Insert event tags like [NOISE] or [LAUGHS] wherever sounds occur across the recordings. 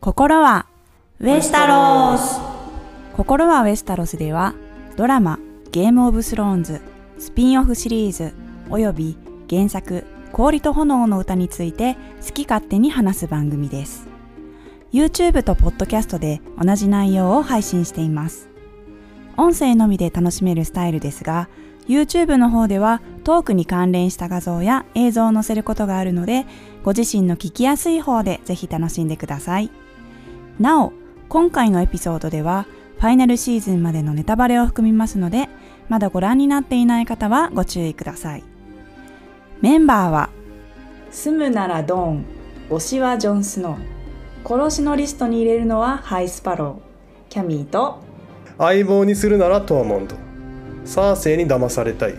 心はウェスタロス心はウェスタロスではドラマ「ゲーム・オブ・スローンズ」スピンオフシリーズおよび原作「氷と炎の歌」について好き勝手に話す番組です YouTube と Podcast で同じ内容を配信しています音声のみで楽しめるスタイルですが YouTube の方ではトークに関連した画像や映像を載せることがあるのでご自身の聞きやすい方でぜひ楽しんでくださいなお今回のエピソードではファイナルシーズンまでのネタバレを含みますのでまだご覧になっていない方はご注意くださいメンバーは住むならドーン推しはジョン・スノー殺しのリストに入れるのはハイスパローキャミーと相棒にするならトアモンドサーセイに騙されたい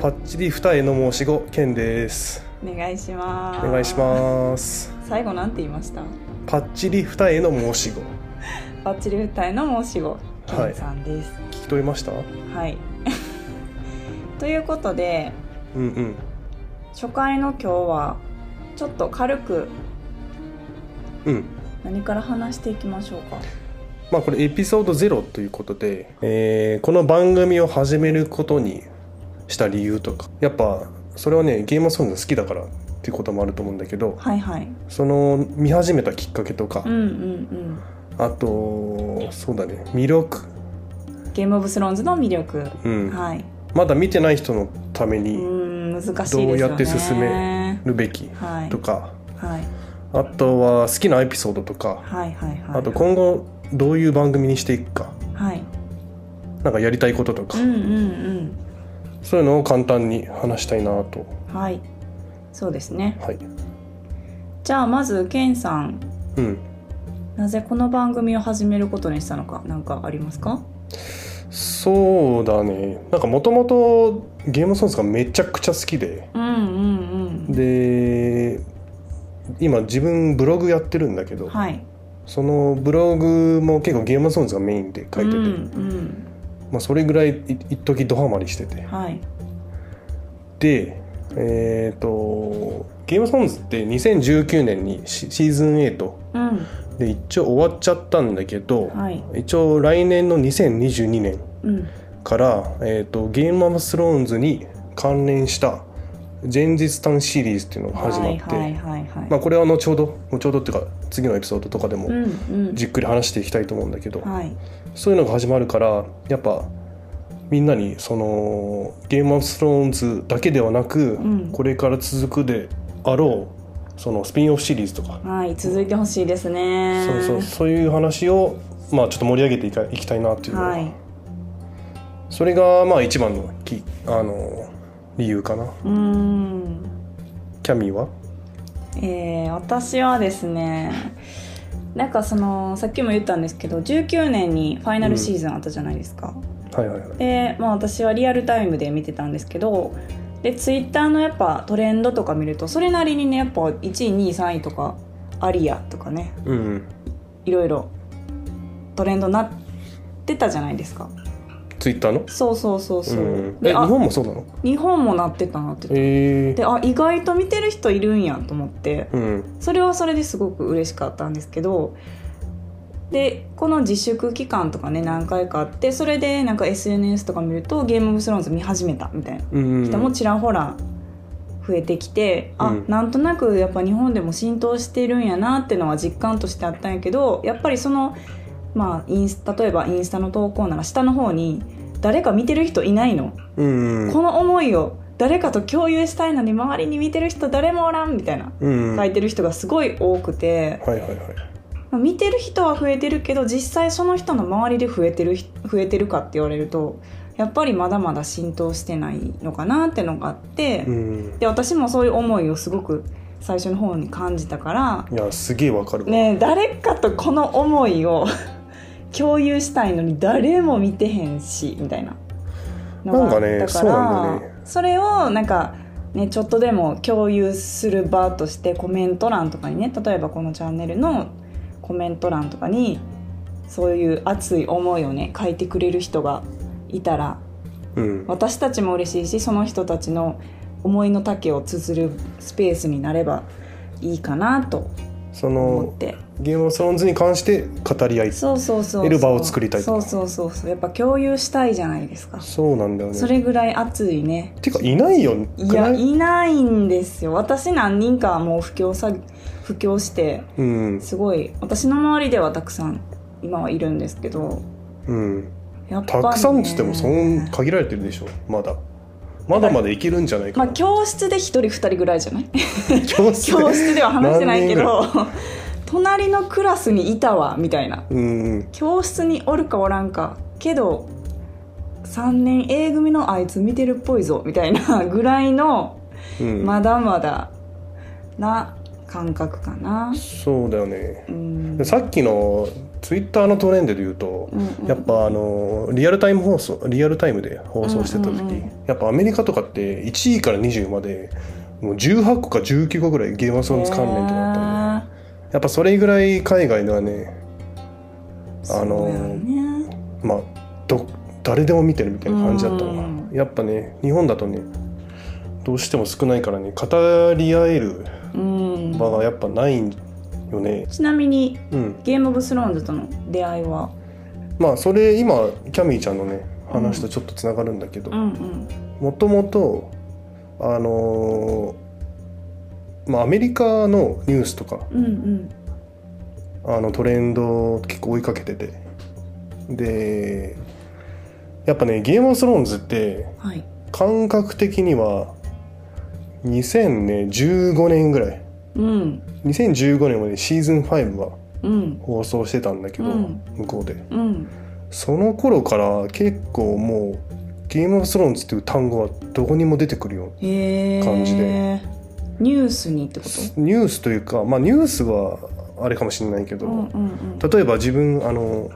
パッチリ二重の申し子ケンですお願いしますお願いします最後なんて言いましたパッチリ二重の申し子バッチリ舞台の申し子ケはいンさんです聞き取れましたうんはい、 [LAUGHS] ということでうん初回の今日はちょっと軽くうん何から話していきましょうかまあこれエピソードゼロということで、えーこの番組を始めることにした理由とかやっぱそれはねゲームオブソング好きだからっていうこともあると思うんだけどはいはいその見始めたきっかけとか、うんうんあとそうだね魅力、うんゲームオブスローンズの魅力、うんはいうまだ見てない人のためーに、ん難しいですよねどうやって進めるべきはいとか、はいあとは好きなエピソードとか、はいはいはいあと今後どういう番組にしていくかはいなんかやりたいこととうか、んうんそういうのを簡単に話したいなとうんはいそうですねはいじゃあまずケンさんうんなぜこの番組を始めることにしたのか何かありますかそうだねなんかもともとゲームソングがめちゃくちゃ好きでうんうんで今自分ブログやってるんだけうど、んはいそのブログも結構ゲームソングがメインで書いてて、うんうんまあ、それぐらいい一時ドハマりしててはいでえっ、とゲームソングって2019年にシシーズン8うんで一応終わっちゃったんだけど、はい一応来年の2022年うんから、えー、とゲーム・オブ・スローンズに関連した前日短シリーズっていうのが始まって、はいはいはいはい、まあ、これは後ほど後ほどっていうか次のエピソードとかでうもんうんじっくり話していきたいと思うんだけど、はいそういうのが始まるからやっぱみんなにそのゲーム・オブ・スローンズだけではなく、んこれから続くであろうそのスピンオフシリーズとか、はい続いてほしいですねそうそうそういう話を、まあ、ちょっと盛り上げていかいきたいなっていうのがはいそれがまあ一番のきあの理由かなうーんキャミーはえー私はですねなんかそのさっきも言ったんですけど19年にファイナルシーズンあったじゃないですか、はいはいはいで、まあ、私はリアルタイムで見てたんですけどでツイッターのやっぱトレンドとか見るとそれなりにねやっぱ1位2位3位とかアリアとかねうんいろいろトレンドなってたじゃないですかツイッターのそうそうそうそう、うん、えで日あ本もそうなの日本もなってたなってたええであ意外と見てる人いるんやと思ってうんそれはそれですごく嬉しかったんですけどでこの自粛期間とかね何回かあってそれでなんか SNS とか見ると「ゲームオブスローンズ」見始めたみたいなうん人もちらほら増えてきて、あうんなんとなくやっぱ日本でも浸透してるんやなってのは実感としてあったんやけどやっぱりその、まあ、インス例えばインスタの投稿なら下の方に「誰か見てる人いないの?」うんうんこの思いを誰かと共有したいのに周りに見てる人誰もおらんみたいなうん書はいいてる人がすごい多くて、はいはいまあ見てる人は増えてるけど実際その人の周りで増えてる人増えてるかって言われるとやっぱりまだまだ浸透してないのかなってのがあって、うんで私もそういう思いをすごく最初の方に感じたから、いやすげえわかるわ、ねえ、誰かとこの思いを [LAUGHS] 共有したいのに誰も見てへんしみたいなのがあったからなんかねそうなんだよねそれをなんか、ね、ちょっとでも共有する場としてコメント欄とかにね例えばこのチャンネルのコメント欄とかにそういう熱い思いをね書いてくれる人がいたらうん私たちも嬉しいしその人たちの思いの丈を綴るスペースになればいいかなとそ思のってゲームオブスローンズに関して語り合いそうそうそうそう得る場を作りたいとそうそうそうそうやっぱ共有したいじゃないですかそうなんだよねそれぐらい熱いねてかいないよいくやないいないんですよ私何人かもう布教さ布教してうんすごい私の周りではたくさん今はいるんですけどうんやっぱ、たね、くさんっつってもそん限られてるでしょまだまだまだいけるんじゃないまかあな、教室で一人二人ぐらいじゃない [LAUGHS] 教室教室では話してないけ何ど隣のクラスにいたわみたいなうんうん教室におるかおらんかけど3年 A 組のあいつ見てるっぽいぞみたいな [LAUGHS] ぐらいのうん、まだまだな感覚かなそうだよねうんでさっきのツイッターのトレンドで言うと、うんうんやっぱあのリアルタイム放送リアルタイムで放送してたう時、んうんうんやっぱアメリカとかって1位から20までもう18個か19個ぐらいゲームソンズ関連とかだったんでやっぱそれぐらい海外ではねあのそうやねまあど誰でも見てるみたいな感じだったのが、うんやっぱね日本だとねどうしても少ないからね語り合えるうん場がやっぱないよねちなみにうんゲームオブスローンズとの出会いはまあそれ今キャミーちゃんのね話とちょっとつながるんだけどうんうんもともとあのーまあアメリカのニュースとかうんうんあのトレンドを結構追いかけててでやっぱね「ゲームオブスローンズ」ってはい感覚的には2015年ぐらいうん2015年までシーズン5はうん放送してたんだけど、うん向こうでうんその頃から結構もう「ゲームオブスローンズ」っていう単語はどこにも出てくるようなへえ感じでニュースにってことニュースというかまあニュースはあれかもしれないけど、うんうんうん例えば自分あの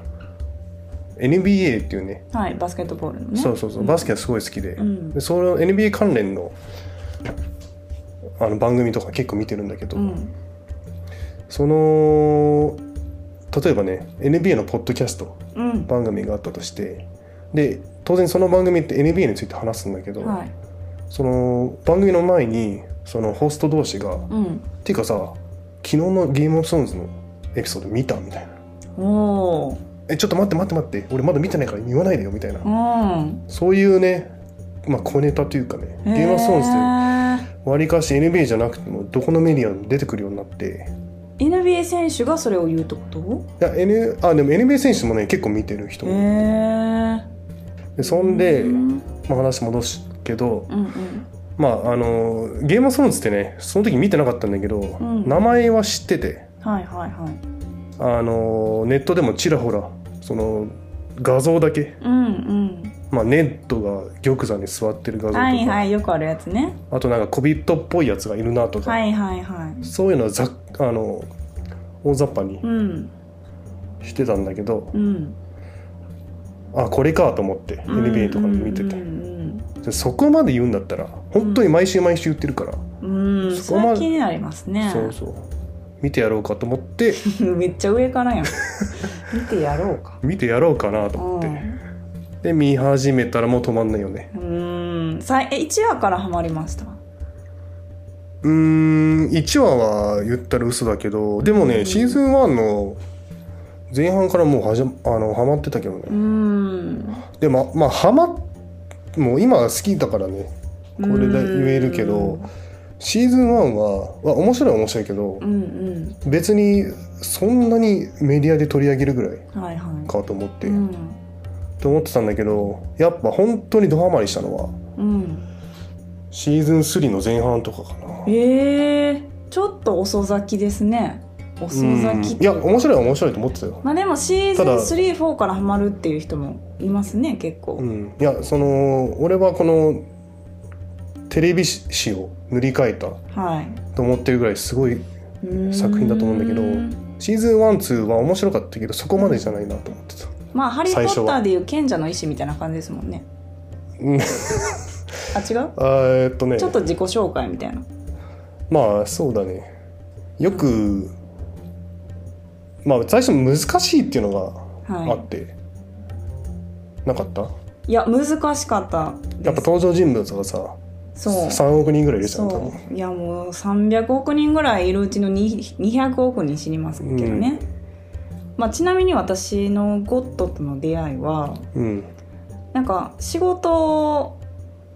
NBA っていうねはいバスケットボールのねそうそうそうバスケがすごい好きで,、んでその NBA 関連のあの番組とか結構見てるんだけど、うんその例えばね NBA のポッドキャストうん番組があったとしてで当然その番組って NBA について話すんだけど、はいその番組の前にそのホスト同士が「うんていうかさ昨日のゲームオブスローンズのエピソード見た?」みたいなおお「えちょっと待って待って待って俺まだ見てないから言わないでよ」みたいな、うんそういうねまあ小ネタというかねゲームオブスローンズってズわりかし NBA じゃなくてもどこのメディアにも出てくるようになって。 NBA 選手がそれを言うってこといや N あでも NBA 選手もね結構見てる人へも、えでそんで、うんまあ、話戻すけど、うんまああのゲームオブスローンズってねその時見てなかったんだけど、ん名前は知っててはいはいはいあのネットでもちらほらその画像だけ、うんうんまあ、ネットが玉座に座ってる画像とか、はいはいよくあるやつねあとなんか小人っぽいやつがいるなとか、はいはいはいそういうのはざっあの大雑把にうんしてたんだけどう、んあこれかと思って、NBA とか見てうて、んでそこまで言うんだったら本当に毎週毎週言ってるから、うんうんそそこれまはで気になりますねそうそう見てやろうかと思って [LAUGHS] めっちゃ上からや [LAUGHS] ん見てやろうか見てやろうかなと思っうて、んで見始めたらもう止まんないよねうーんさいえ1話からハマりましたうーん1話は言ったら嘘だけどでもね、シーズン1の前半からもうはじゃあのハマってたけどね、うーんでもまあハマっもう今は好きだからねこれで言えるけどシーズン1はは面白いは面白いけどうんうん別にそんなにメディアで取り上げるぐらいはいはいかと思って、うんと思ってたんだけどやっぱ本当にドハマりしたのはうんシーズン3の前半とかかなえー、ちょっと遅咲きですね遅咲うんきいや面白いは面白いと思ってたよまあでもシーズンただ34からハマるっていう人もいますね結構、うん、いやその俺はこのテレビ誌を塗り替えたはいと思ってるぐらいすごいうーん作品だと思うんだけどシーズン12は面白かったけどそこまでじゃないなと思ってたまあ「ハリー・ポ最初はッター」でいう賢者の石みたいな感じですもんねうんあ違うあーえっとねちょっと自己紹介みたいなまあそうだねよくまあ最初難しいっていうのがあはって、なかったいいや難しかったやっぱ登場人物がさそう3億人ぐらいいるじゃん多そ分ういやもう300億人ぐらいいるうちの2 200億人知りますけどね、まあ、ちなみに私のゴッドとの出会いはうんなんか仕事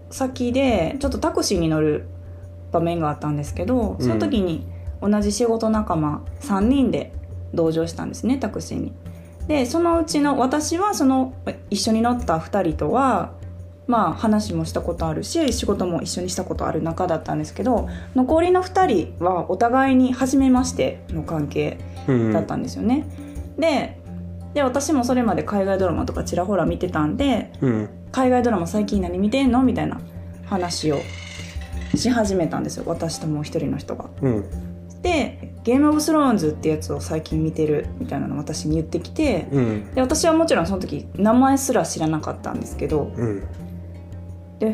先でちょっとタクシーに乗る場面があったんですけどその時に同じ仕事仲間3人で同乗したんですねタクシーに。でそのうちの私はその一緒に乗った2人とはまあ話もしたことあるし仕事も一緒にしたことある仲だったんですけど残りの2人はお互いに初めましての関係うんだったんですよね。でで私もそれまで海外ドラマとかちらほら見てたんでうん海外ドラマ最近何見てんのみたいな話をし始めたんですよ私ともう一人の人が。うんで「ゲーム・オブ・スローンズ」ってやつを最近見てるみたいなのを私に言ってきてうんで私はもちろんその時名前すら知らなかったんですけどうんで「へ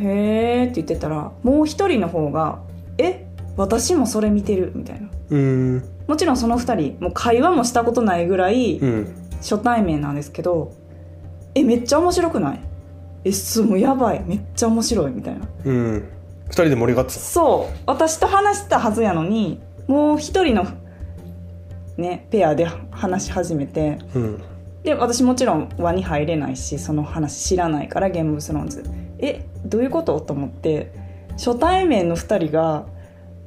ーって言ってたらもう一人の方が「え私もそれ見てる」みたいな。うんもちろんその二人もう会話もしたことないぐらいうん初対面なんですけど「えめっちゃ面白くないえすもうやばいめっちゃ面白い」みたいなうん2人で盛り上がってたそう私と話したはずやのにもう一人のねペアで話し始めてうんで私もちろん輪に入れないしその話知らないからゲームオブスローンズえどういうことと思って初対面の2人が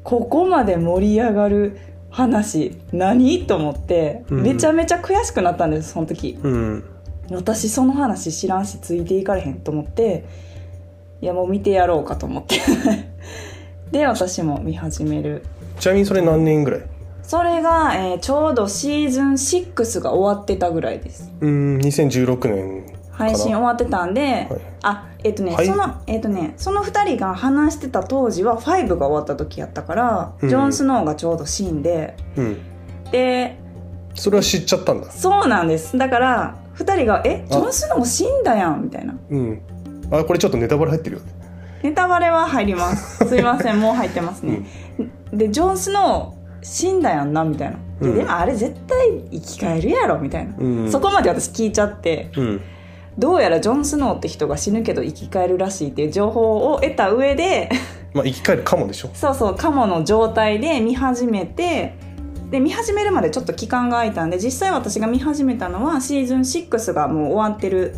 ここまで盛り上がる話何と思ってうんめちゃめちゃ悔しくなったんですその時。うん私その話知らんしついていかれへんと思っていやもう見てやろうかと思って [LAUGHS] で私も見始めるちなみにそれ何年ぐらいそれが、えーちょうどシーズン6が終わってたぐらいですうん2016年配信終わってたんで、はいあえっ、とね、はいそのえっ、とねその2人が話してた当時は5が終わった時やったから、うんジョン・スノーがちょうどシーンでうんでそれは知っちゃったんだそうなんですだから2人が「えジョン・スノー死んだやん」みたいなうんあこれちょっとネタバレ入ってるよねネタバレは入り [LAUGHS] ます。すいません、もう入ってますね。で、ジョン・スノー、死んだやんな、みたいな。でうんでもあれ絶対生き返るやろ、みたいな。うんそこまで私聞いちゃって、うんどうやらジョン・スノーって人が死ぬけど生き返るらしいっていう情報を得た上で、まあ生き返るかもでしょそうそう、カモの状態で見始めて、で、見始めるまでちょっと期間が空いたんで、実際私が見始めたのはシーズン6がもう終わってる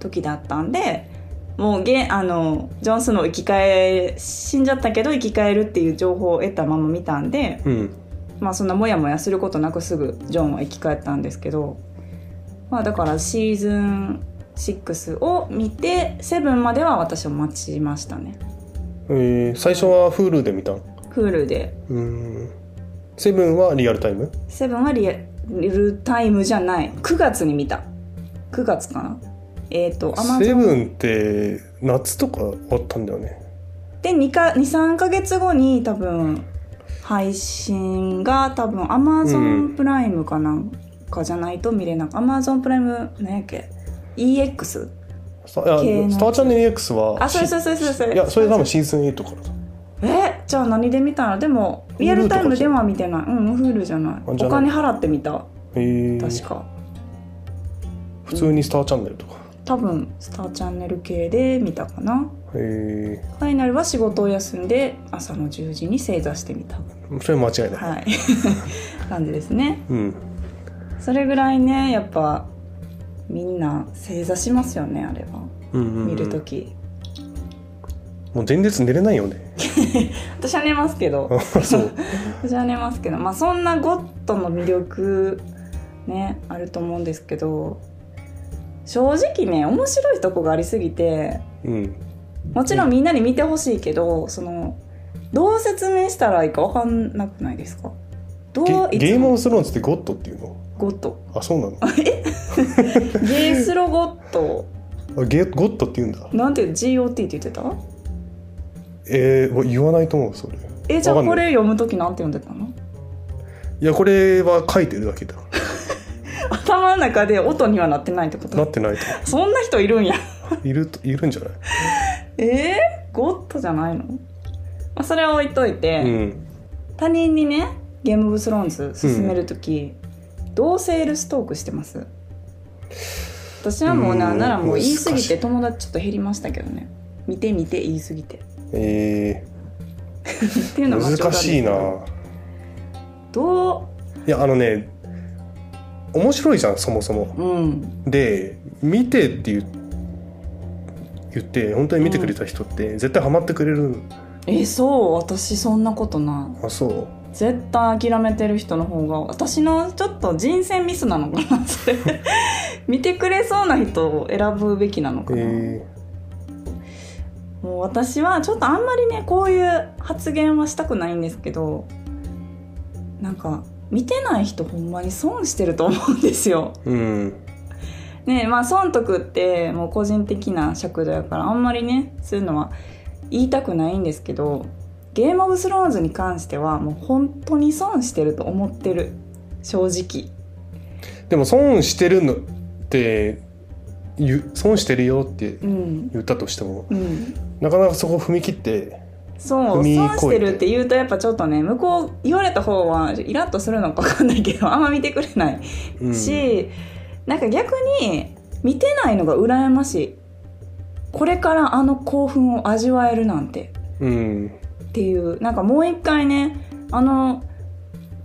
時だったんで、もうげあの、ジョンスの生き返え、死んじゃったけど生き返るっていう情報を得たまま見たんで、うんまあそんなモヤモヤすることなくすぐジョンは生き返ったんですけど、まあだからシーズン6を見て、7までは私を待ちましたね。えー最初は Hulu で見たん Hulu でうんセブンはリアルタイムセブンはリアルタイムじゃない9月に見た9月かなえっ、とアマゾセンブンって夏とかあったんだよねで23か月後に多分配信が多分アマゾうんンプライムかなんかじゃないと見れなくアマゾンプライム何やっけ EX? さいや系のスターチャンネル X はあそれそれそれそれそれいやそれ多分シーズン8からだえじゃあ何で見たのでもリアルタイムでは見てないうんフールじゃないあじゃおない金払ってみたえー確か普通にスターチャンネルとか多分スターチャンネル系で見たかなえーファイナルは仕事を休んで朝の10時に正座してみたそれは間違いない、はい [LAUGHS] 感じですねうんそれぐらいねやっぱみんな正座しますよねあれはうんうんうん見るとき、もう前日寝れないよね私は寝ますけどあそう [LAUGHS] 私は寝ますけどまあそんなゴッドの魅力ねあると思うんですけど正直ね面白いとこがありすぎてうんもちろんみんなに見てほしいけどそのどう説明したらいいか分かんなくないですかどうゲいつゲームオもブスローンズってゴッドっていうのゴッドあそうなのゲースロゴットあゲゴッドって言うんだなんて GOT って言ってたえーわ言わないと思うそれえじゃあわかんこなれ読む時なんて読んでたのいやこれは書いてるだけだ頭の中で音にはなってないってこなとってないそんな人いるんやといるといるんじゃないえー、ゴッドじゃないの、まあ、それは置いといて、うん他人にねゲームオブスローンズ進める時、どうセールストークしてます私はもううんなんならもう言い過難ぎしいて友達ちょっと減りましたけどね見て見て言い過ぎてえっていうーのが難しいなちょっとあるんですけどいやあのね面白いじゃんそもそもどううんで見てって言う言って本当に見てくれた人って絶対ハマってくれる、えそう私そんなことないあそう絶対諦めてる人の方が私のちょっと人選ミスなのかなそれ [LAUGHS] 見てくれそうな人を選ぶべきなのかな、えもう私はちょっとあんまりねこういう発言はしたくないんですけどなんか見てない人ほんまに損してると思うんですよ。ー、うんねえまあ損得ってもう個人的な尺度やからあんまりねそういうのは言いたくないんですけどゲームオブスローンズに関してはもう本当に損してると思ってる正直でも損してるのって言う損してるよってうん言ったとしてもうんなかなかそこ踏み切ってそう損踏み越えてしてるって言うとやっぱちょっとね向こう言われた方はイラッとするのか分かんないけどあんま見てくれないうんし、なんか逆に見てないのが羨ましいこれからあの興奮を味わえるなんてうんっていうなんかもう一回ねあの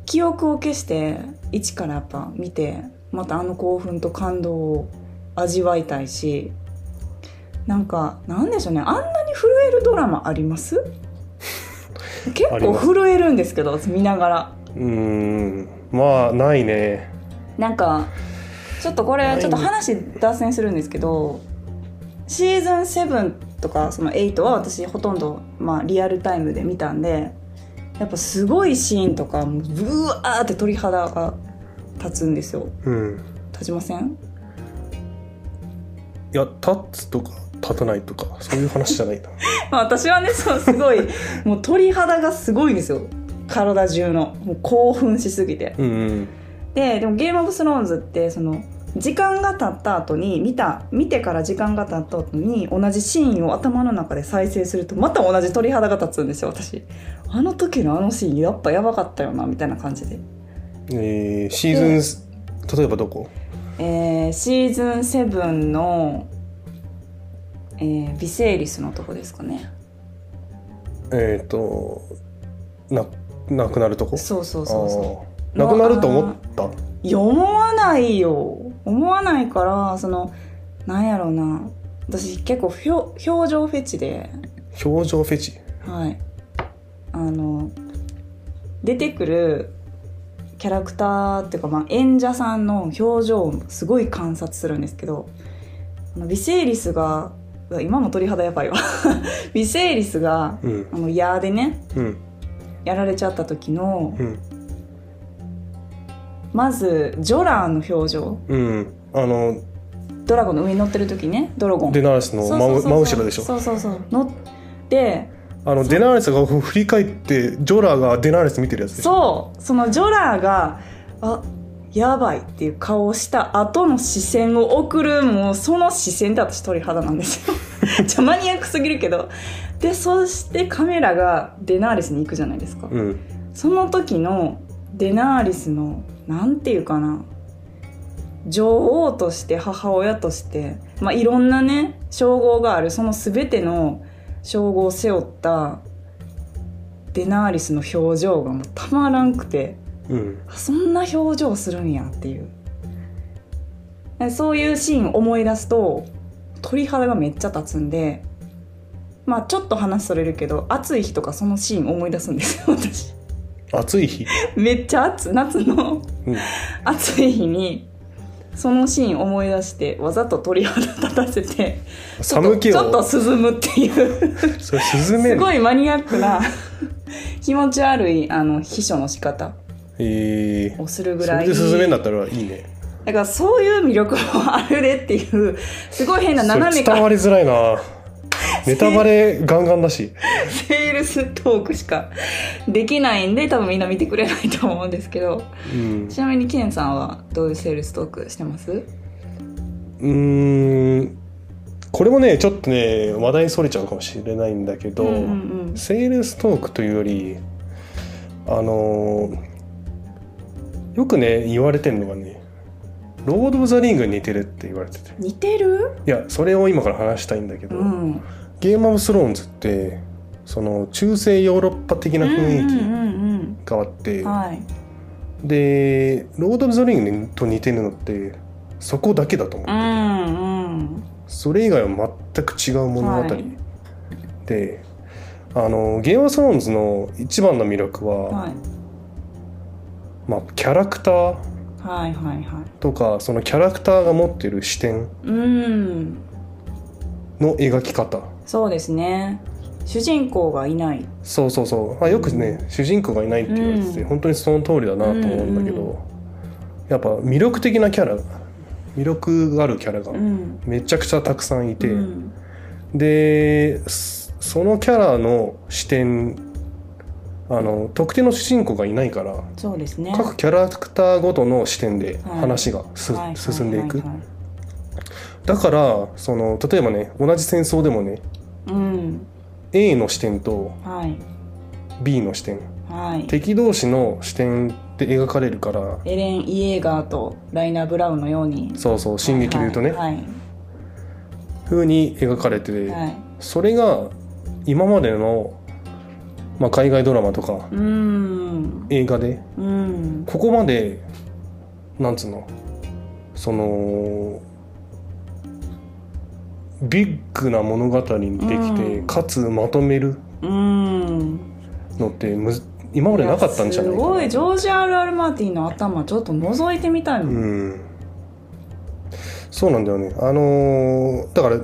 記憶を消して一からやっぱ見てまたあの興奮と感動を味わいたいしなんかなんでしょうねあんなに震えるドラマあります結あり構ます震えるんですけど見ながらうんまあないねなんかちょっとこれちょっと話脱線するんですけどシーズン7とかその8は私ほとんど、まあ、リアルタイムで見たんでやっぱすごいシーンとかもうブワーって鳥肌が立つんですようん立ちません [LAUGHS] いや立つとか立たないとかそういう話じゃないなまあ私はねそうすごいもう鳥肌がすごいんですよ体中のもう興奮しすぎて [LAUGHS] うんうんででも「ゲーム・オブ・スローンズ」ってその時間が経った後に見た見てから時間が経った後に同じシーンを頭の中で再生するとまた同じ鳥肌が立つんですよ私あの時のあのシーンやっぱやばかったよなみたいな感じで、えーシーズン例えばどこえーシーズン7の、えービセイリスのとこですかねえっ、とななくなるとこそうそうそうそうあーなくなると思ったいや思わないよ思わないからそのなんやろうな私結構ひょ表情フェチで表情フェチはい、あの出てくるキャラクターっていうか、まあ、演者さんの表情をすごい観察するんですけどあのビセイリスがうわ今も鳥肌やばいわ [LAUGHS] ビセイリスがうんあの矢でねうんやられちゃった時のうんまずジョラーの表情うんあのドラゴンの上に乗ってる時ねドラゴンデナースのそう真そうそうそう真後ろでしょそうそうそう乗ってあのデナーレスが振り返ってジョラーがデナーレス見てるやつでしそょうそのジョラーがあやばいっていう顔をした後の視線を送るもうその視線で私鳥肌なんですよじゃマニアックすぎるけどでそしてカメラがデナーリスに行くじゃないですか、うんその時のデナーリスのなんていうかな女王として母親として、まあ、いろんなね称号があるその全ての称号を背負ったデナーリスの表情がもうたまらんくてうんあそんな表情するんやっていうでそういうシーンを思い出すと鳥肌がめっちゃ立つんでまあちょっと話それるけど暑い日とかそのシーン思い出すんですよ私。暑い日、めっちゃ暑夏の [LAUGHS] うん、暑い日にそのシーン思い出してわざと鳥肌立たせてちょっと寒気をちょっと涼むっていうそれスズメすごいマニアックな気持ち悪いあの秘書の仕方えーをするぐそられいでスズメになったらいいねだからそういう魅力もあるでっていうすごい変なそ斜れめ伝かわりづらい [LAUGHS] なネタバレガンガンだしセールストークしか [LAUGHS] できないんで多分みんな見てくれないと思うんですけどうんちなみにケンさんはどういうセールストークしてますうーんこれもねちょっとね話題それちゃうかもしれないんだけど、うんうんセールストークというよりあのーよくね言われてるのがね「ロード・オブ・ザ・リング」に似てるって言われててうん、似てるいやそれを今から話したいんだけど、うんゲーム・オブ・スローンズってその中世ヨーロッパ的な雰うんう囲ん気があって、うんうんはいで「ロード・オブ・ザ・リング」と似てるのってそこだけだと思う、うんうんそれ以外は全く違う物語、はいであのゲームオブスローンズの一番の魅力は、はいまあ、キャラクターはいはいはいとかそのキャラクターが持ってる視点うんの描き方そうですね主人公がいないそうそうそう、まあ、よくね、主人公がいないって言われてて、うん本当にその通りだなと思うんだけど、うんうんやっぱ魅力的なキャラ魅力があるキャラがうんめちゃくちゃたくさんいて、うんでそそのキャラの視点あの特定の主人公がいないからそうですね各キャラクターごとの視点ではい話がすはい進んでいくはははだからその例えばね同じ戦争でもねいうん A の視点とはい B の視点はい敵同士の視点で描かれるからエレン・イエーガーとライナー・ブラウンのようにそうそう進撃で言うとね、はいはい風に描かれてて、はいそれが今までの、まあ、海外ドラマとかうん映画でうんここまでなんつうのそのビッグな物語にできて、うんかつまとめるうんのってむず今までなかったんじゃないやかすなごいジョージ・ R ・アルマーティンの頭ちょっと覗いてみたいもん、うんそうなんだよねあのーだから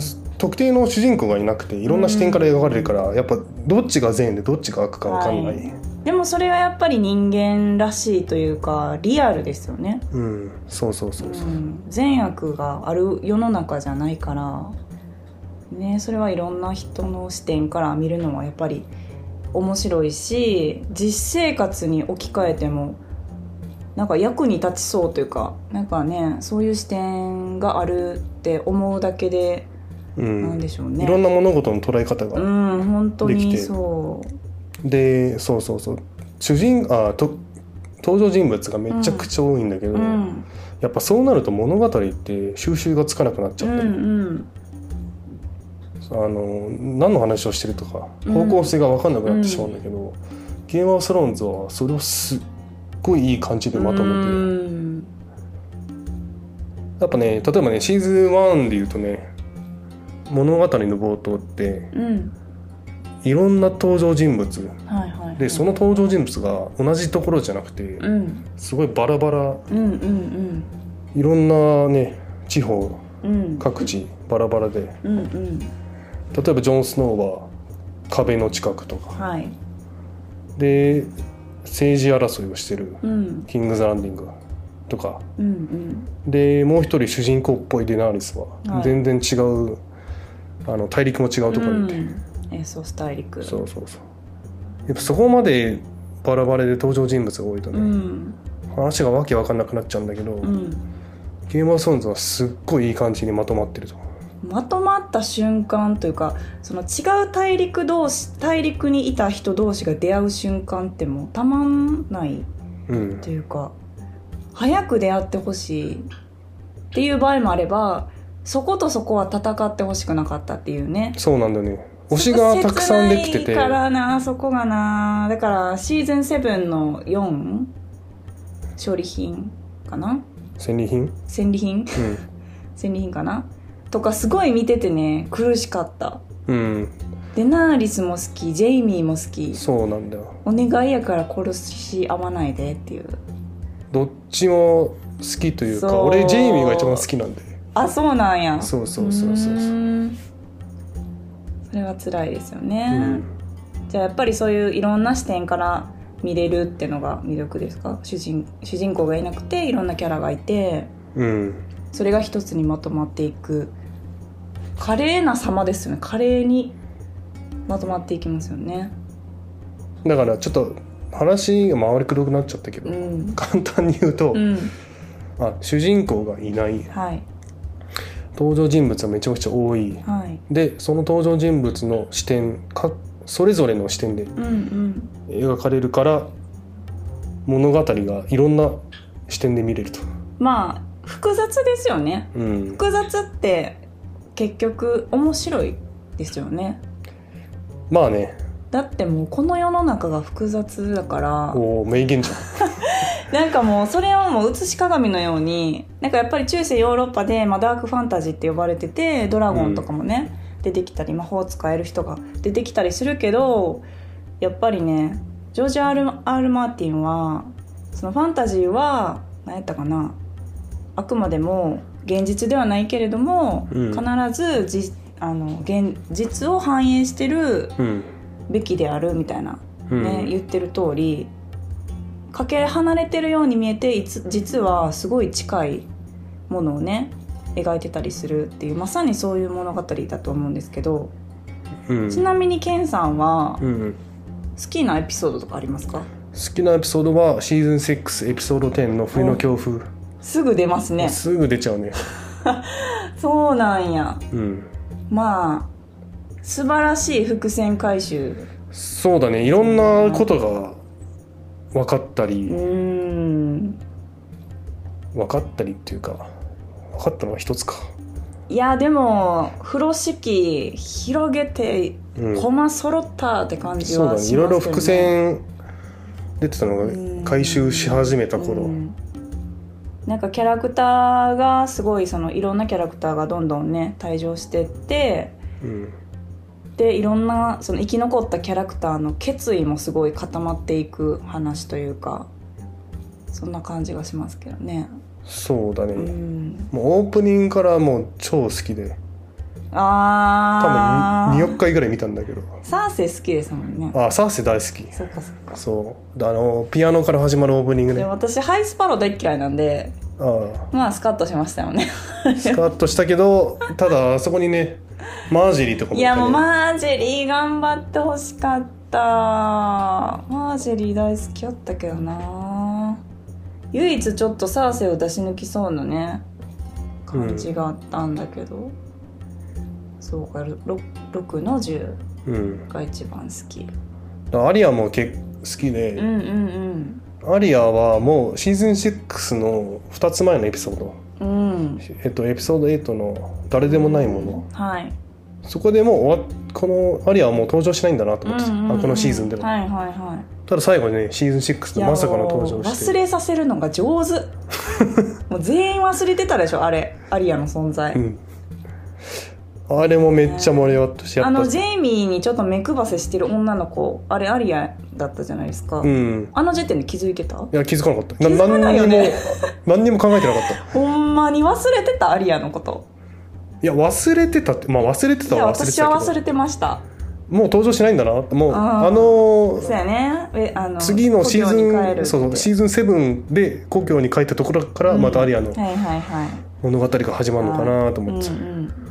す特定の主人公がいなくていろんな視点から描かれるから、やっぱどっちが善でどっちが悪か分かんない、はでもそれはやっぱり人間らしいというかリアルですよね、うんそうそうそううそう、ん、善悪がある世の中じゃないからねそれはいろんな人の視点から見るのはやっぱり面白いし実生活に置き換えてもなんか役に立ちそうというかなんかねそういう視点があるって思うだけでうんなんでしょうねいろんな物事の捉え方が、うん本当できにてそうでそうそうそう主人あと登場人物がめちゃくちゃ多いんだけど、うんやっぱそうなると物語って収集がつかなくなっちうゃったり、んあの何の話をしてるとかうん方向性が分かんなくなってしまうんだけど、ゲームオブスローンズはそれをすっごいいい感じでうんまとめて、うんやっぱね例えばねシーズン1で言うとね物語の冒頭ってうんいろんな登場人物はいはいはいでその登場人物が同じところじゃなくて、うんすごいバラバラうんうんいろんなね地方うんうん各地バラバラで例うんうんえばジョン・スノーは壁の近くとかはいで政治争いをしてるうんキングズ・ランディングとかうんうんでもう一人主人公っぽいデナーリスははい全然違う、あの大陸も違うところにいて、うんえそうスタイリックそうそうそうやっぱそこまでバラバラで登場人物が多いとね、ん話がわけわかんなくなっちゃうんだけど、うんゲームオブソンズはすっごいいい感じにまとまってるとまとまった瞬間というかその違う大陸同士大陸にいた人同士が出会う瞬間ってもうたまんないうんというか早く出会ってほしいっていう場合もあればそことそこは戦ってほしくなかったっていうねそうなんだよね推しがたくさんできて切てないからなそこがなだからシーズン7の4勝利品かな戦利品戦利品戦利品かなとかすごい見ててね苦しかったうん、うん、デナーリスも好きジェイミーも好きそうなんだよお願いやから殺し合わないでっていうどっちも好きというそかう俺ジェイミーが一番好きなんであそうなんやそうそうそうそうそうーんそれは辛いですようね、んじゃあやっぱりそういういろんな視点から見れるってのが魅力ですか主人主人公がいなくていろんなキャラがいてうんそれが一つにまとまっていく華麗な様ですよね華麗にまとまっていきますよねだからちょっと話が回りくどくなっちゃったけど、うん簡単に言うと、うんあ主人公がいないはい登場人物がめちゃくちゃ多いはいでその登場人物の視点かそれぞれの視点でうんうん描かれるから物語がいろんな視点で見れると、まあ複雑ですよねうん、複雑って結局面白いですよねまあねだってもうこの世の中が複雑だからおお名言じゃん [LAUGHS] なんかもうそれをもう映し鏡のようになんかやっぱり中世ヨーロッパで、まあ、ダークファンタジーって呼ばれててドラゴンとかもね、出てきたり魔法使える人が出てきたりするけどやっぱりねジョージ R ・ R ・マーティンはそのファンタジーは何やったかなあくまでも現実ではないけれども、うん必ずじあの現実を反映してるうん、べきであるみたいなうんね、言ってる通りかけ離れてるように見えていつ実はすごい近いものをね描いてたりするっていうまさにそういう物語だと思うんですけど、うんちなみにケンさんはうん、好きなエピソードとかありますか好きなエピソードはシーズン6エピソード10の冬の強風、すぐ出ますねすぐ出ちゃうねそうなんやうんまあ素晴らしい伏線回収そうだねいろんなことが分かったり、うーん分かったりっていうか分かったのは一つか、いやでも風呂敷広げてうん、コマ揃ったって感じそうはしまだねすいよねろいろ伏線出てたのうんが回収し始めた頃、うんなんかキャラクターがすごいそのいろんなキャラクターがどんどんね退場してってうんでいろんなその生き残ったキャラクターの決意もすごい固まっていく話というかそんな感じがしますけどね。そうだね、うん、もうオープニングからもう超好きで多分あ2あ億回ぐらい見たんだけどサーセ好きですもんね。あサーセ大好きそっかそっか。そうあのピアノから始まるオープニングでねあ私ハイスパロ大嫌いなんであまあスカッとしましたよね。スカッとしたけどただあそこにねマージェリーとかもいいたやねもうマージェリー頑張ってほしかったマージェリー大好きやったけどな唯一ちょっとサーセイを出し抜きそうなね感じがあったんだけど、そうか 6, 6の10うんが一番好きアリアも結構好きうんで、うんアリアはもうシーズン6の2つ前のエピソード、うんうんえっと、エピソード8の「誰でもないもの」はいそこでもう終わっこのアリアはもう登場しないんだなと思ってた、うんうんうんあこのシーズンでも、はいはいはいただ最後にねシーズン6いのやまさかの登もう場して忘れさせるのが上 [LAUGHS] 手もう全員忘れてたでしょあれアリアの存在、うんあれもめっちゃ盛り上がったしやあっのたジェイミーにちょっと目くばせしてる女の子あれアリアだったじゃないですか、うんあの時点で気づいてたいや気づかなかった気づかないよね何にも何にも考えてなかったほんまに忘れてたアリアのこといや忘れてたってまあ忘れていたやは忘れて私はた忘けどれてましたもう登場しないんだなもうあーあのそうーやねえあの次のシーズ故郷に帰るンそうそうシーズン7で故郷に帰ったところからまたアリアのはいはいはい物語が始まるのかなとうん思ってた、う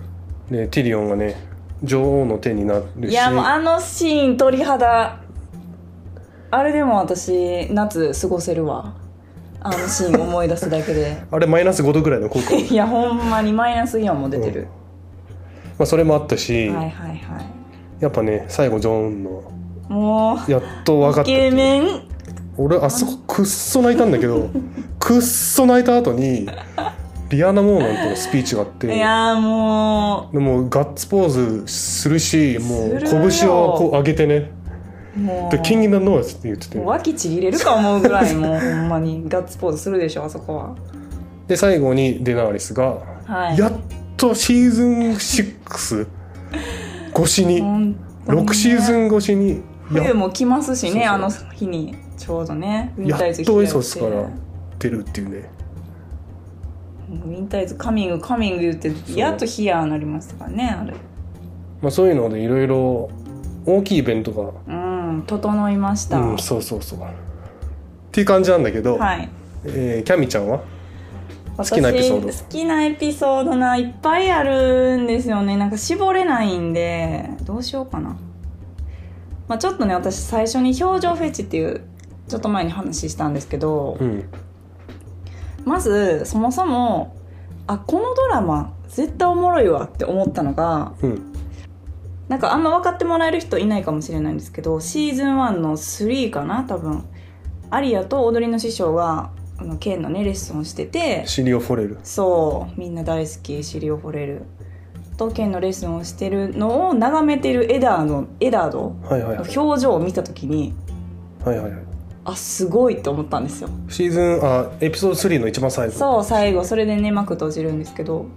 でティリオンがね女王の手になるん、しいやもうあのシーン鳥肌あれでも私夏過ごせるわあのシーン思い出すだけで [LAUGHS] あれマイナス5度ぐらいの効果、まいやほんまにマイナスイオンも出てる、あ、それもあったし、はいはいはいやっぱね最後ジョーンのもうやっと分かイった [LAUGHS] ケメン俺あそこくっそ泣いたんだ [LAUGHS] けどくっそ泣いた後にリアナ・モーガンとのスピーチがあっていやーもでもガッツポーズするしもうするよ拳をこう上げてねうもう「でキング・ダ・ノース」って言ってもうて脇ちぎれるか思うぐらいもうほんまにガッツポーズするでしょあそこはで最後にデナーリスが、はいやっとシーズン6越しに6 6シーズン越しにや冬も来ますしねそうそうあの日にちょうどねウィやンタイっズとエ合ソスから出るっていうねウィンタイズカミングカミング言ってうやっとヒアーなりましたからねあれまあ、そういうのでいろいろ大きいイベントがうん整いました、うん、そうそうそうっていう感じなんだけど、はいえーキャミちゃんは私好きなエピソード好きなエピソードないっぱいあるんですよねなんか絞れないんでどうしようかな、まあ、ちょっとね私最初に表情フェチっていうちょっと前に話したんですけど、うんまずそもそもあこのドラマ絶対おもろいわって思ったのがうんなんかあんま分かってもらえる人いないかもしれないんですけどシーズン1の3かな多分アリアと踊りの師匠があの剣のねレッスンをしててシリオ・フォレルそうみんな大好きシリオ・フォレル刀剣のレッスンをしてるのを眺めてるエダーのエダードはいはいのはい表情を見た時にはいはいはいあすごいと思ったんですよシーズンあエピソード3の一番最後そう最後それでね幕閉じるんですけど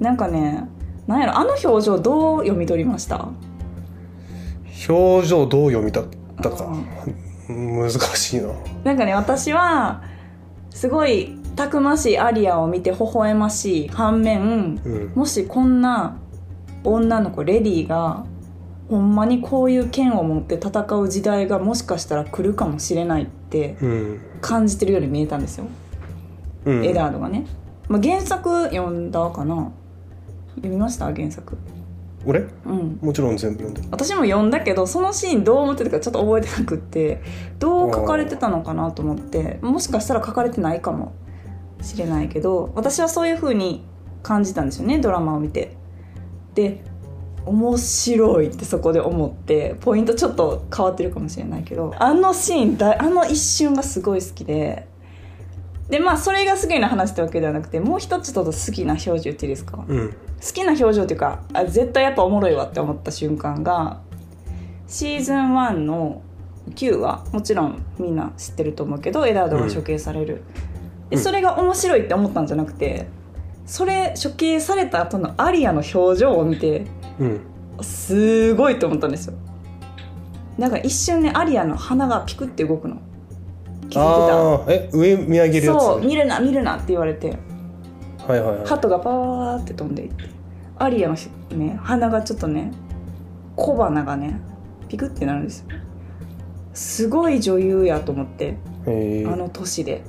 なんかねなんやろあの表情どう読み取りました表情どう読みたったかう難しいななんかね私はすごいたくましいアリアを見て微笑ましい反面うんもしこんな女の子レディーがほんまにこういう剣を持って戦う時代がもしかしたら来るかもしれないってうん感じてるように見えたんですよ、うんエダードがね、まあ、原作読んだかな読みました原作俺うんもちろん全部読んでる私も読んだけどそのシーンどう思ってたかちょっと覚えてなくってどう書かれてたのかなと思ってもしかしたら書かれてないかもしれないけど私はそういう風に感じたんですよねドラマを見て。で面白いってそこで思ってポイントちょっと変わってるかもしれないけどあのシーンだあの一瞬がすごい好きで。でまあ、それが好きな話ってわけではなくてもう一つちょっと好きな表情言っていいですかうん好きな表情っていうかあ絶対やっぱおもろいわって思った瞬間がシーズン1の9はもちろんみんな知ってると思うけどエダードが処刑される、でうんそれが面白いって思ったんじゃなくてそれ処刑された後のアリアの表情を見てうんすごいと思ったんですよだから一瞬ねアリアの鼻がピクって動くの気づいてたああーえ上見上げるやつそう見るな見るなって言われてはいはいはい鳩がパーって飛んでいってアリアのしね鼻がちょっとね小鼻がねピクってなるんですよすごい女優やと思ってえあーの年で、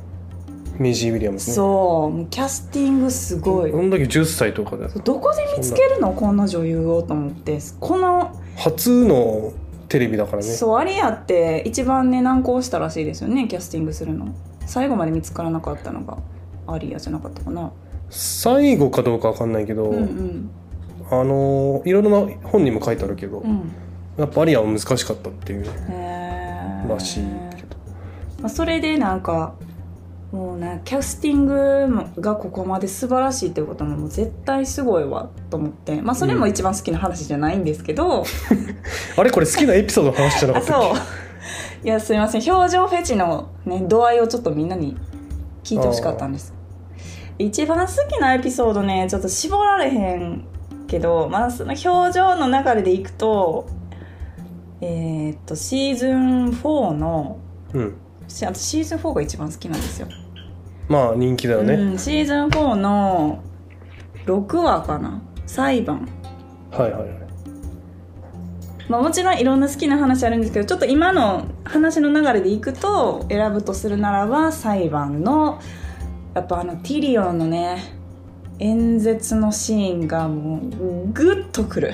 メイジー・ウィリアムズねそうもうキャスティングすごい、あの時10歳とかだよどこで見つけるのこんな女優をと思ってこの、初のテレビだからねそうアリアって一番ね難航したらしいですよねキャスティングするの最後まで見つからなかったのがアリアじゃなかったかな最後かどうかわかんないけど、うんうんあのーいろいろな本にも書いてあるけど、うんやっぱアリアは難しかったっていうへーらしいけど、まあ、それでなんかもうなキャスティングがここまで素晴らしいってことももう絶対すごいわと思って、まあ、それも一番好きな話じゃないんですけど、あれこれ好きなエピソードの話じゃなかあったっけそういやすいません表情フェチの、ね、度合いをちょっとみんなに聞いてほしかったんです一番好きなエピソードねちょっと絞られへんけど、まあ、その表情の流れでいくとえーっとシーズン4のうんしあとシーズン4が一番好きなんですよまあ人気だよね、うん、シーズン4の6話かな裁判、はいはいはいまあ、もちろんいろんな好きな話あるんですけどちょっと今の話の流れでいくと選ぶとするならば裁判のやっぱあのティリオンのね演説のシーンがもうグッとくる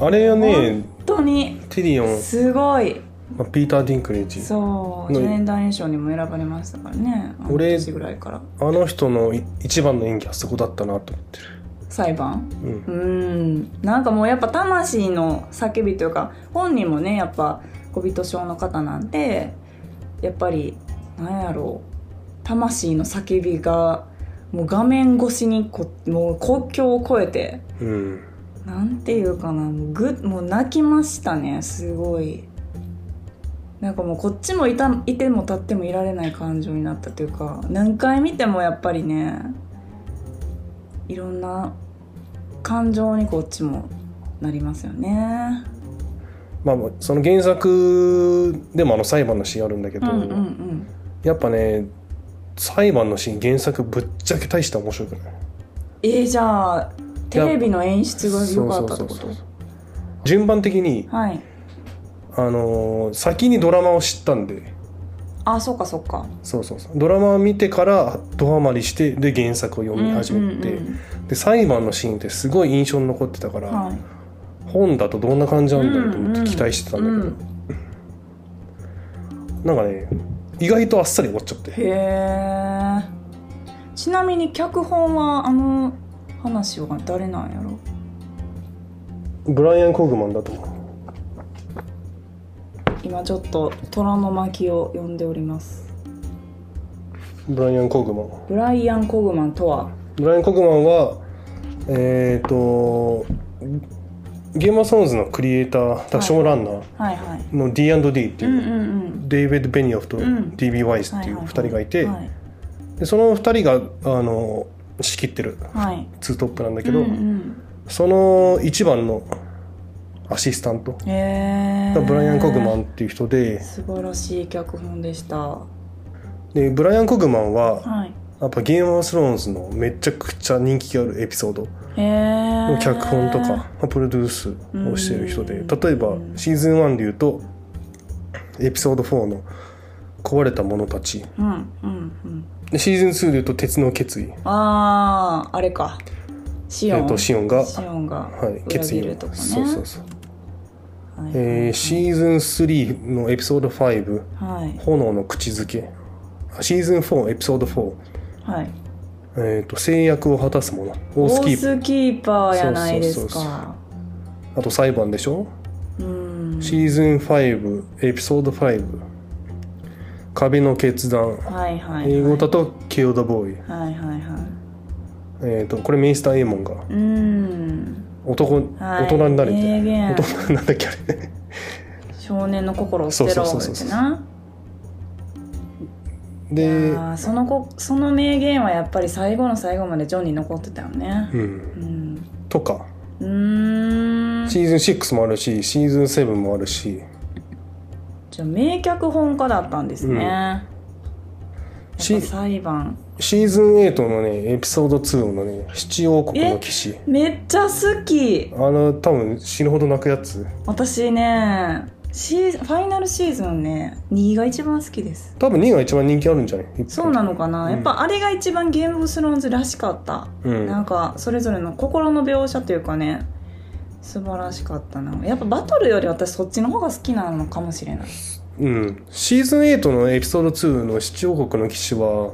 あれはね本当にティリオン、すごいまあ、ピーター・ディンクレッジそうねジェネダー演賞にも選ばれましたからねあの俺年ぐらいからあの人のい一番の演技はそこだったなと思って裁判る、うんうーんなんかもうやっぱ魂の叫びというか本人もねやっぱ小人症の方なんでやっぱりなんやろう魂の叫びがもう画面越しにこもう国境を越えてうん、なんていうかなもうぐもう泣きましたねすごいなんかもうこっちもいたいても立ってもいられない感情になったというか何回見てもやっぱりねいろんな感情にこっちもなりますよねまあまあその原作でもあの裁判のシーンあるんだけうど、んうんうんやっぱね裁判のシーン原作ぶっちゃけ大して面白くないえー、じゃあテレビの演出が良かったってそこうそとうそうそう順番的に、はいあのー先にドラマを知ったんであそうかそうかそうそうそうドラマを見てからドハマりしてで原作を読み始めて、うんうんで裁判のシーンってすごい印象に残ってたかうら、んはい本だとどんな感じなんだろうと思って期待してたんだけど、うう [LAUGHS] なんかね意外とあっさり終わっちゃってへえちなみに脚本はあの話は誰なんやろブライアン・コーグマンだと思今ちょっと虎の巻を読んでおりますうブライアン・コーグマンブライアン・コグマンとはブライアン・コーグマンはえっ、とゲームオブスローンズのクリエイターだからショーランナーはいはいの D&D ってういんう、うんうんデイビッド・ベニオフとうん DB ・ワイズっていうは2は人がいて、はいでその2人があの仕切ってるはいツートップなんだけど、うんうんその1番のアシスタントへがーブライアン・コグマンっていう人で素晴らしい脚本でしたはでブライアン・コグマンはいやっぱゲーム・オブ・スローンズのめちゃくちゃ人気があるエピソードへえの脚本とか、まあプロデュースをしている人でうん例えばシーズン1でいうとエピソード4の「壊れた者たちうんうんうん」でシーズン2でいうと「鉄の決意」あああれかシオン、えっとシオンがシオンがはい、裏決切意をるとかねそうそうそう、はいえーシーズン3のエピソード5はい「炎の口づけ」あシーズン4エピソード4はいえー、と制約を果たすものオースキープースキーパーやないですそうそうかあと裁判でしょ、うんシーズン5エピソード5壁の決はい断、はいはい英語だと「ケオダボーイはいはいは」えー、とこれミンスター・エーモンがいうん男、はい大人になれて名言大人なんだっけあれ少年の心を捨てろそうそうそうっそてうなで、あーそのこその名言はやっぱり最後の最後までジョンに残ってたよねうん、うんとかうーんシーズン6もあるしシーズン7もあるしじゃあ名脚本家だったんですね、うんやっぱし裁判シーズン8のねエピソード2のね「七王国の騎士めっちゃ好き」あの多分死ぬほど泣くやつ私ねシーズンファイナルシーズンね2が一番好きです多分2が一番人気あるんじゃないそうなのかな、うんやっぱあれが一番ゲームオブスローンズらしかった、うんなんかそれぞれの心の描写というかね素晴らしかったなやっぱバトルより私そっちの方が好きなのかもしれないうんシーズン8のエピソード2の「七王国の騎士は」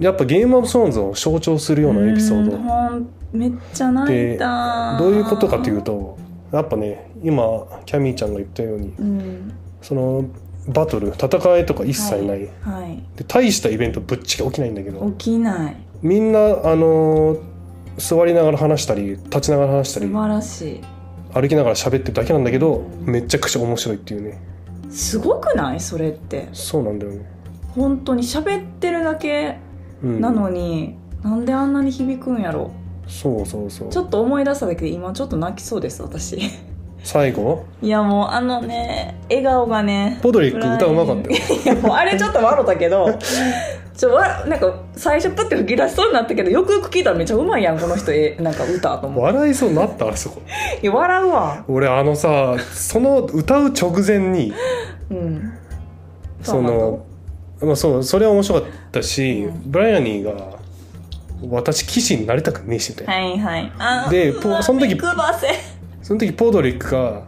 やっぱゲームオブスローンズを象徴するようなエピソーうんほんめっちゃド泣でいたどういうことかというとやっぱね今キャミーちゃんが言ったようにうんそのバトル戦いとか一切ない、はい、はいで大したイベントぶっちが起きないんだけど起きないみんなあのー座りながら話したり立ちながら話した素り晴らし歩きながら喋ってるだけなんだけどうんめちゃくちゃ面白いっていうねいすごくないそれってそうなんだよね、本当に喋ってるだけうん、なのに、なんであんなに響くんやろそうそうそうちょっと思い出しただけで今ちょっと泣きそうです私 [LAUGHS] 最後いやもうあのね笑顔がねポドリック歌うまかったよいやもうあれちょっと笑ったけどちょわなんか最初プッて吹き出しそうになったけどよくよく聞いたらめっちゃうまいやんこの人えなんか歌と思う笑いそうになったあそこいや笑うわ俺あのさその歌う直前 [LAUGHS] にうんそのまあそうそれは面白かったし、うんブライアニーが「私騎士になりたくねえし」みたいな、はいはいあでポその時くばせその時ポドリックが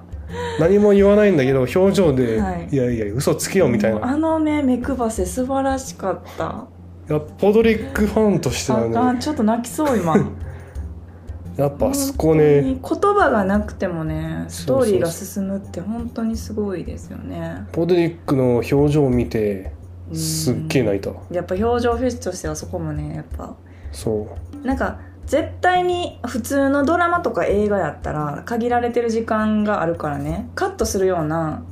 何も言わないんだけど表情で「はいい、やいや嘘つけよ」みたいもうあなのね目くばせ素晴らしかったいやポドリックファンとしてはあかんねちょっと泣きそう今やっぱあそこね本当に言葉がなくてもねストーリーがそう進むって本当にすごいですよねポドリックの表情を見てうんすっげえ泣いた、やっぱ表情フェスとしてはそこもねやっぱそうなんか絶対に普通のドラマとか映画やったら限られてる時間があるからねカットするような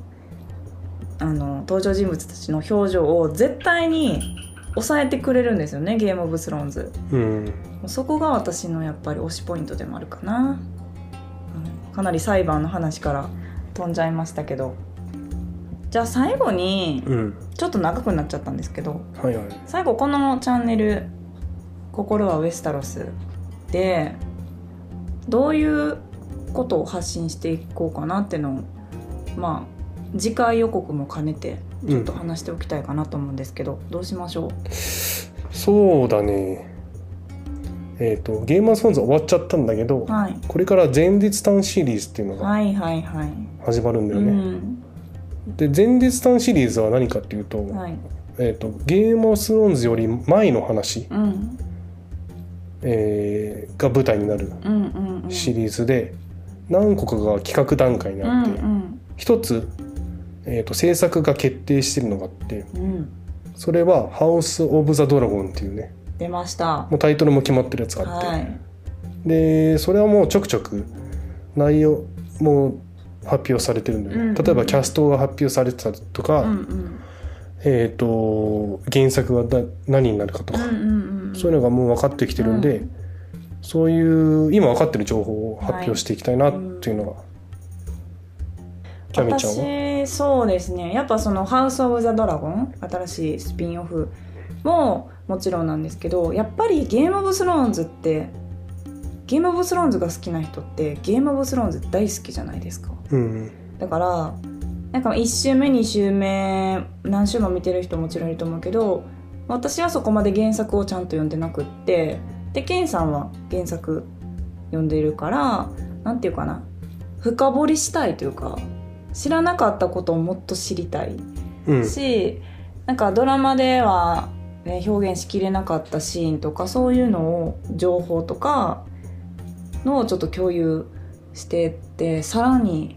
あの登場人物たちの表情を絶対に抑えてくれるんですよねゲームオブスローンズうんそこが私のやっぱり推しポイントでもあるかな、うんかなり裁判の話から飛んじゃいましたけどじゃあ最後にうんちょっと長くなっちゃったんですけどはいはい最後このチャンネル「心はウエスタロス」でどういうことを発信していこうかなっていうのをまあ次回予告も兼ねてちょっと話しておきたいかなと思うんですけど、どうしましょうそうだねえっ、とゲーマーソンズ終わっちゃったんだけど、はいこれから前日短シリーズっていうのがはいはいはい、始まるんだようね、んで前日短シリーズは何かっていうと,、はいえー、とゲームオブスローンズより前の話、うんえーが舞台になるうんうんうんシリーズで、何個かが企画段階にあってうん一、つ、えー、と制作が決定してるのがあってうんうんそれは「ハウス・オブ・ザ・ドラゴン」っていうね出ましたもうタイトルも決まってるやつがあって、はいでそれはもうちょくちょく内容も発表されてるんだよね、うんうん例えばキャストが発表されてたりとか、うんうんえっ、と原作がだ何になるかとか、うんうんうんそういうのがもう分かってきてるんで、うそういう今分かってる情報を発表していきたいなっていうのが、キャミちゃんは私そうですねやっぱその「ハウス・オブ・ザ・ドラゴン」新しいスピンオフももちろんなんですけどやっぱりゲーム・オブ・スローンズってゲーム・オブ・スローンズが好きな人ってゲーム・オブ・スローンズ大好きじゃないですかうんだからなんか1週目2週目何週も見てる人もちろんいると思うけど私はそこまで原作をちゃんと読んでなくってでケンさんは原作読んでいるからなんていうかな深掘りしたいというか知らなかったことをもっと知りたいうんし、なんかドラマでは、ね、表現しきれなかったシーンとかそういうのを情報とかのをちょっと共有してってさらに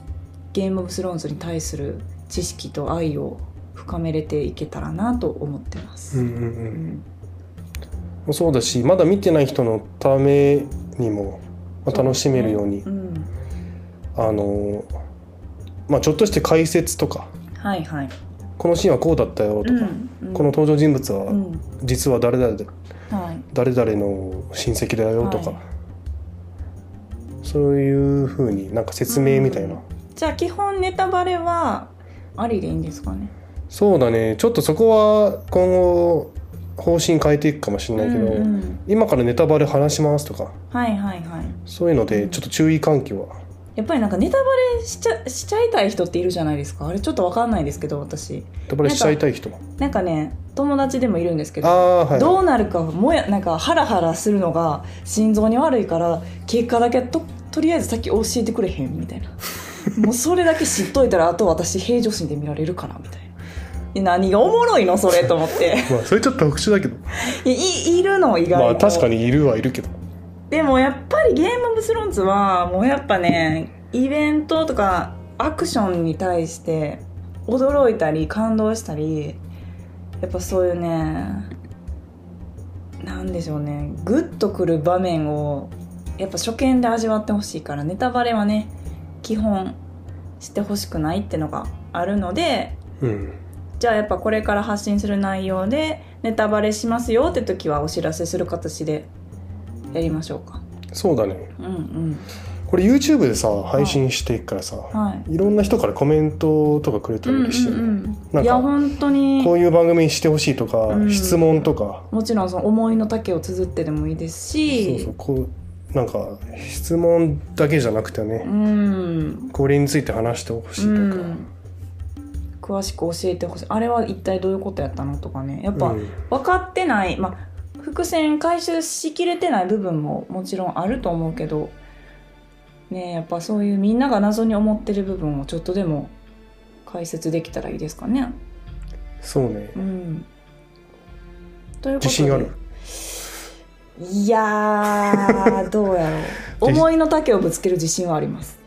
ゲームオブスローンズに対する知識と愛を深めれていけたらなと思ってまうす。んうんううんんもそうだしまだ見てない人のためにも、まあ、楽しめるようにうんあのまあちょっとして解説とかはいはい。このシーンはこうだったよとか、うんこの、登場人物はうん、実は誰々ではい。誰々の親戚だよとか、はいそういうふうになんか説明みたいな、うんじゃあ基本ネタバレはありでいいんですかね。そうだねちょっとそこは今後方針変えていくかもしれないけど、うんうん今からネタバレ話しますとかはいはいはい。そういうのでちょっと注意喚起は、やっぱりなんかネタバレしちゃしちゃいたい人っているじゃないですかあれちょっとわかんないですけど私ネタバレしちゃいたい人はなんかね友達でもいるんですけあどあーはいどうなるかもやなんかハラハラするのが心臓に悪いから結果だけととりあえず先教えてくれへんみたい [LAUGHS] なもうそれだけ知っといたらあと私平常心で見られるからみたいな。いや何がおもろいのそれと思って [LAUGHS] まあそれちょっと特殊だけどいやいいるの意外と、まあ確かにいるはいるけどでもやっぱりゲームオブスローンズはもうやっぱねイベントとかアクションに対して驚いたり感動したりやっぱそういうねなんでしょうねグッとくる場面をやっぱ初見で味わってほしいからネタバレはね基本してほしくないってのがあるのでうんじゃあやっぱこれから発信する内容でネタバレしますよって時はお知らせする形でやりましょうか。そうだねうんうんこれ YouTube でさ配信していくからさ、、はいろんな人からコメントとかくれたら嬉しいよね、なんかいや本当にこういう番組にしてほしいとか、うん質問とかもちろんその思いの丈を綴ってでもいいですそうしそうこうなんか質問だけじゃなくてね、うん、これについて話してほしいとうか、ん、詳しく教えてほしいあれは一体どういうことやったのとかねやっぱうん分かってない、まあ、伏線回収しきれてない部分ももちろんあると思うけどねえやっぱそういうみんなが謎に思ってる部分をちょっとでも解説できたらいいですかね。そうねうん、ということで自信あるいやーどう [LAUGHS] やろう思いの丈をぶつける自信はあります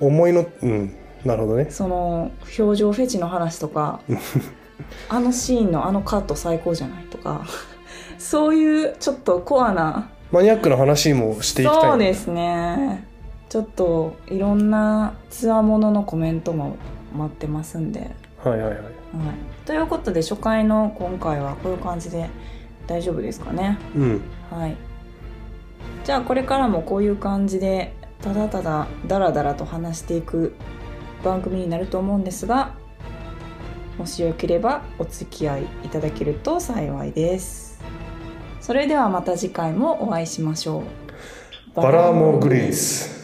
思いのうんなるほどねその表情フェチの話と [LAUGHS] かあのシーンのあのカット最高じゃないとかそういうちょっとコアなマニアックな話もしていきたいそうですねちょっといろんなつわもののコメントも待ってますんで、はい、はいはいはいということで初回の今回はこういう感じで大丈夫ですかねうんはい。じゃあこれからもこういう感じでただただダラダラと話していく番組になると思うんですが、もしよければお付き合いいただけると幸いです。それではまた次回もお会いしましょう。バラモグレイス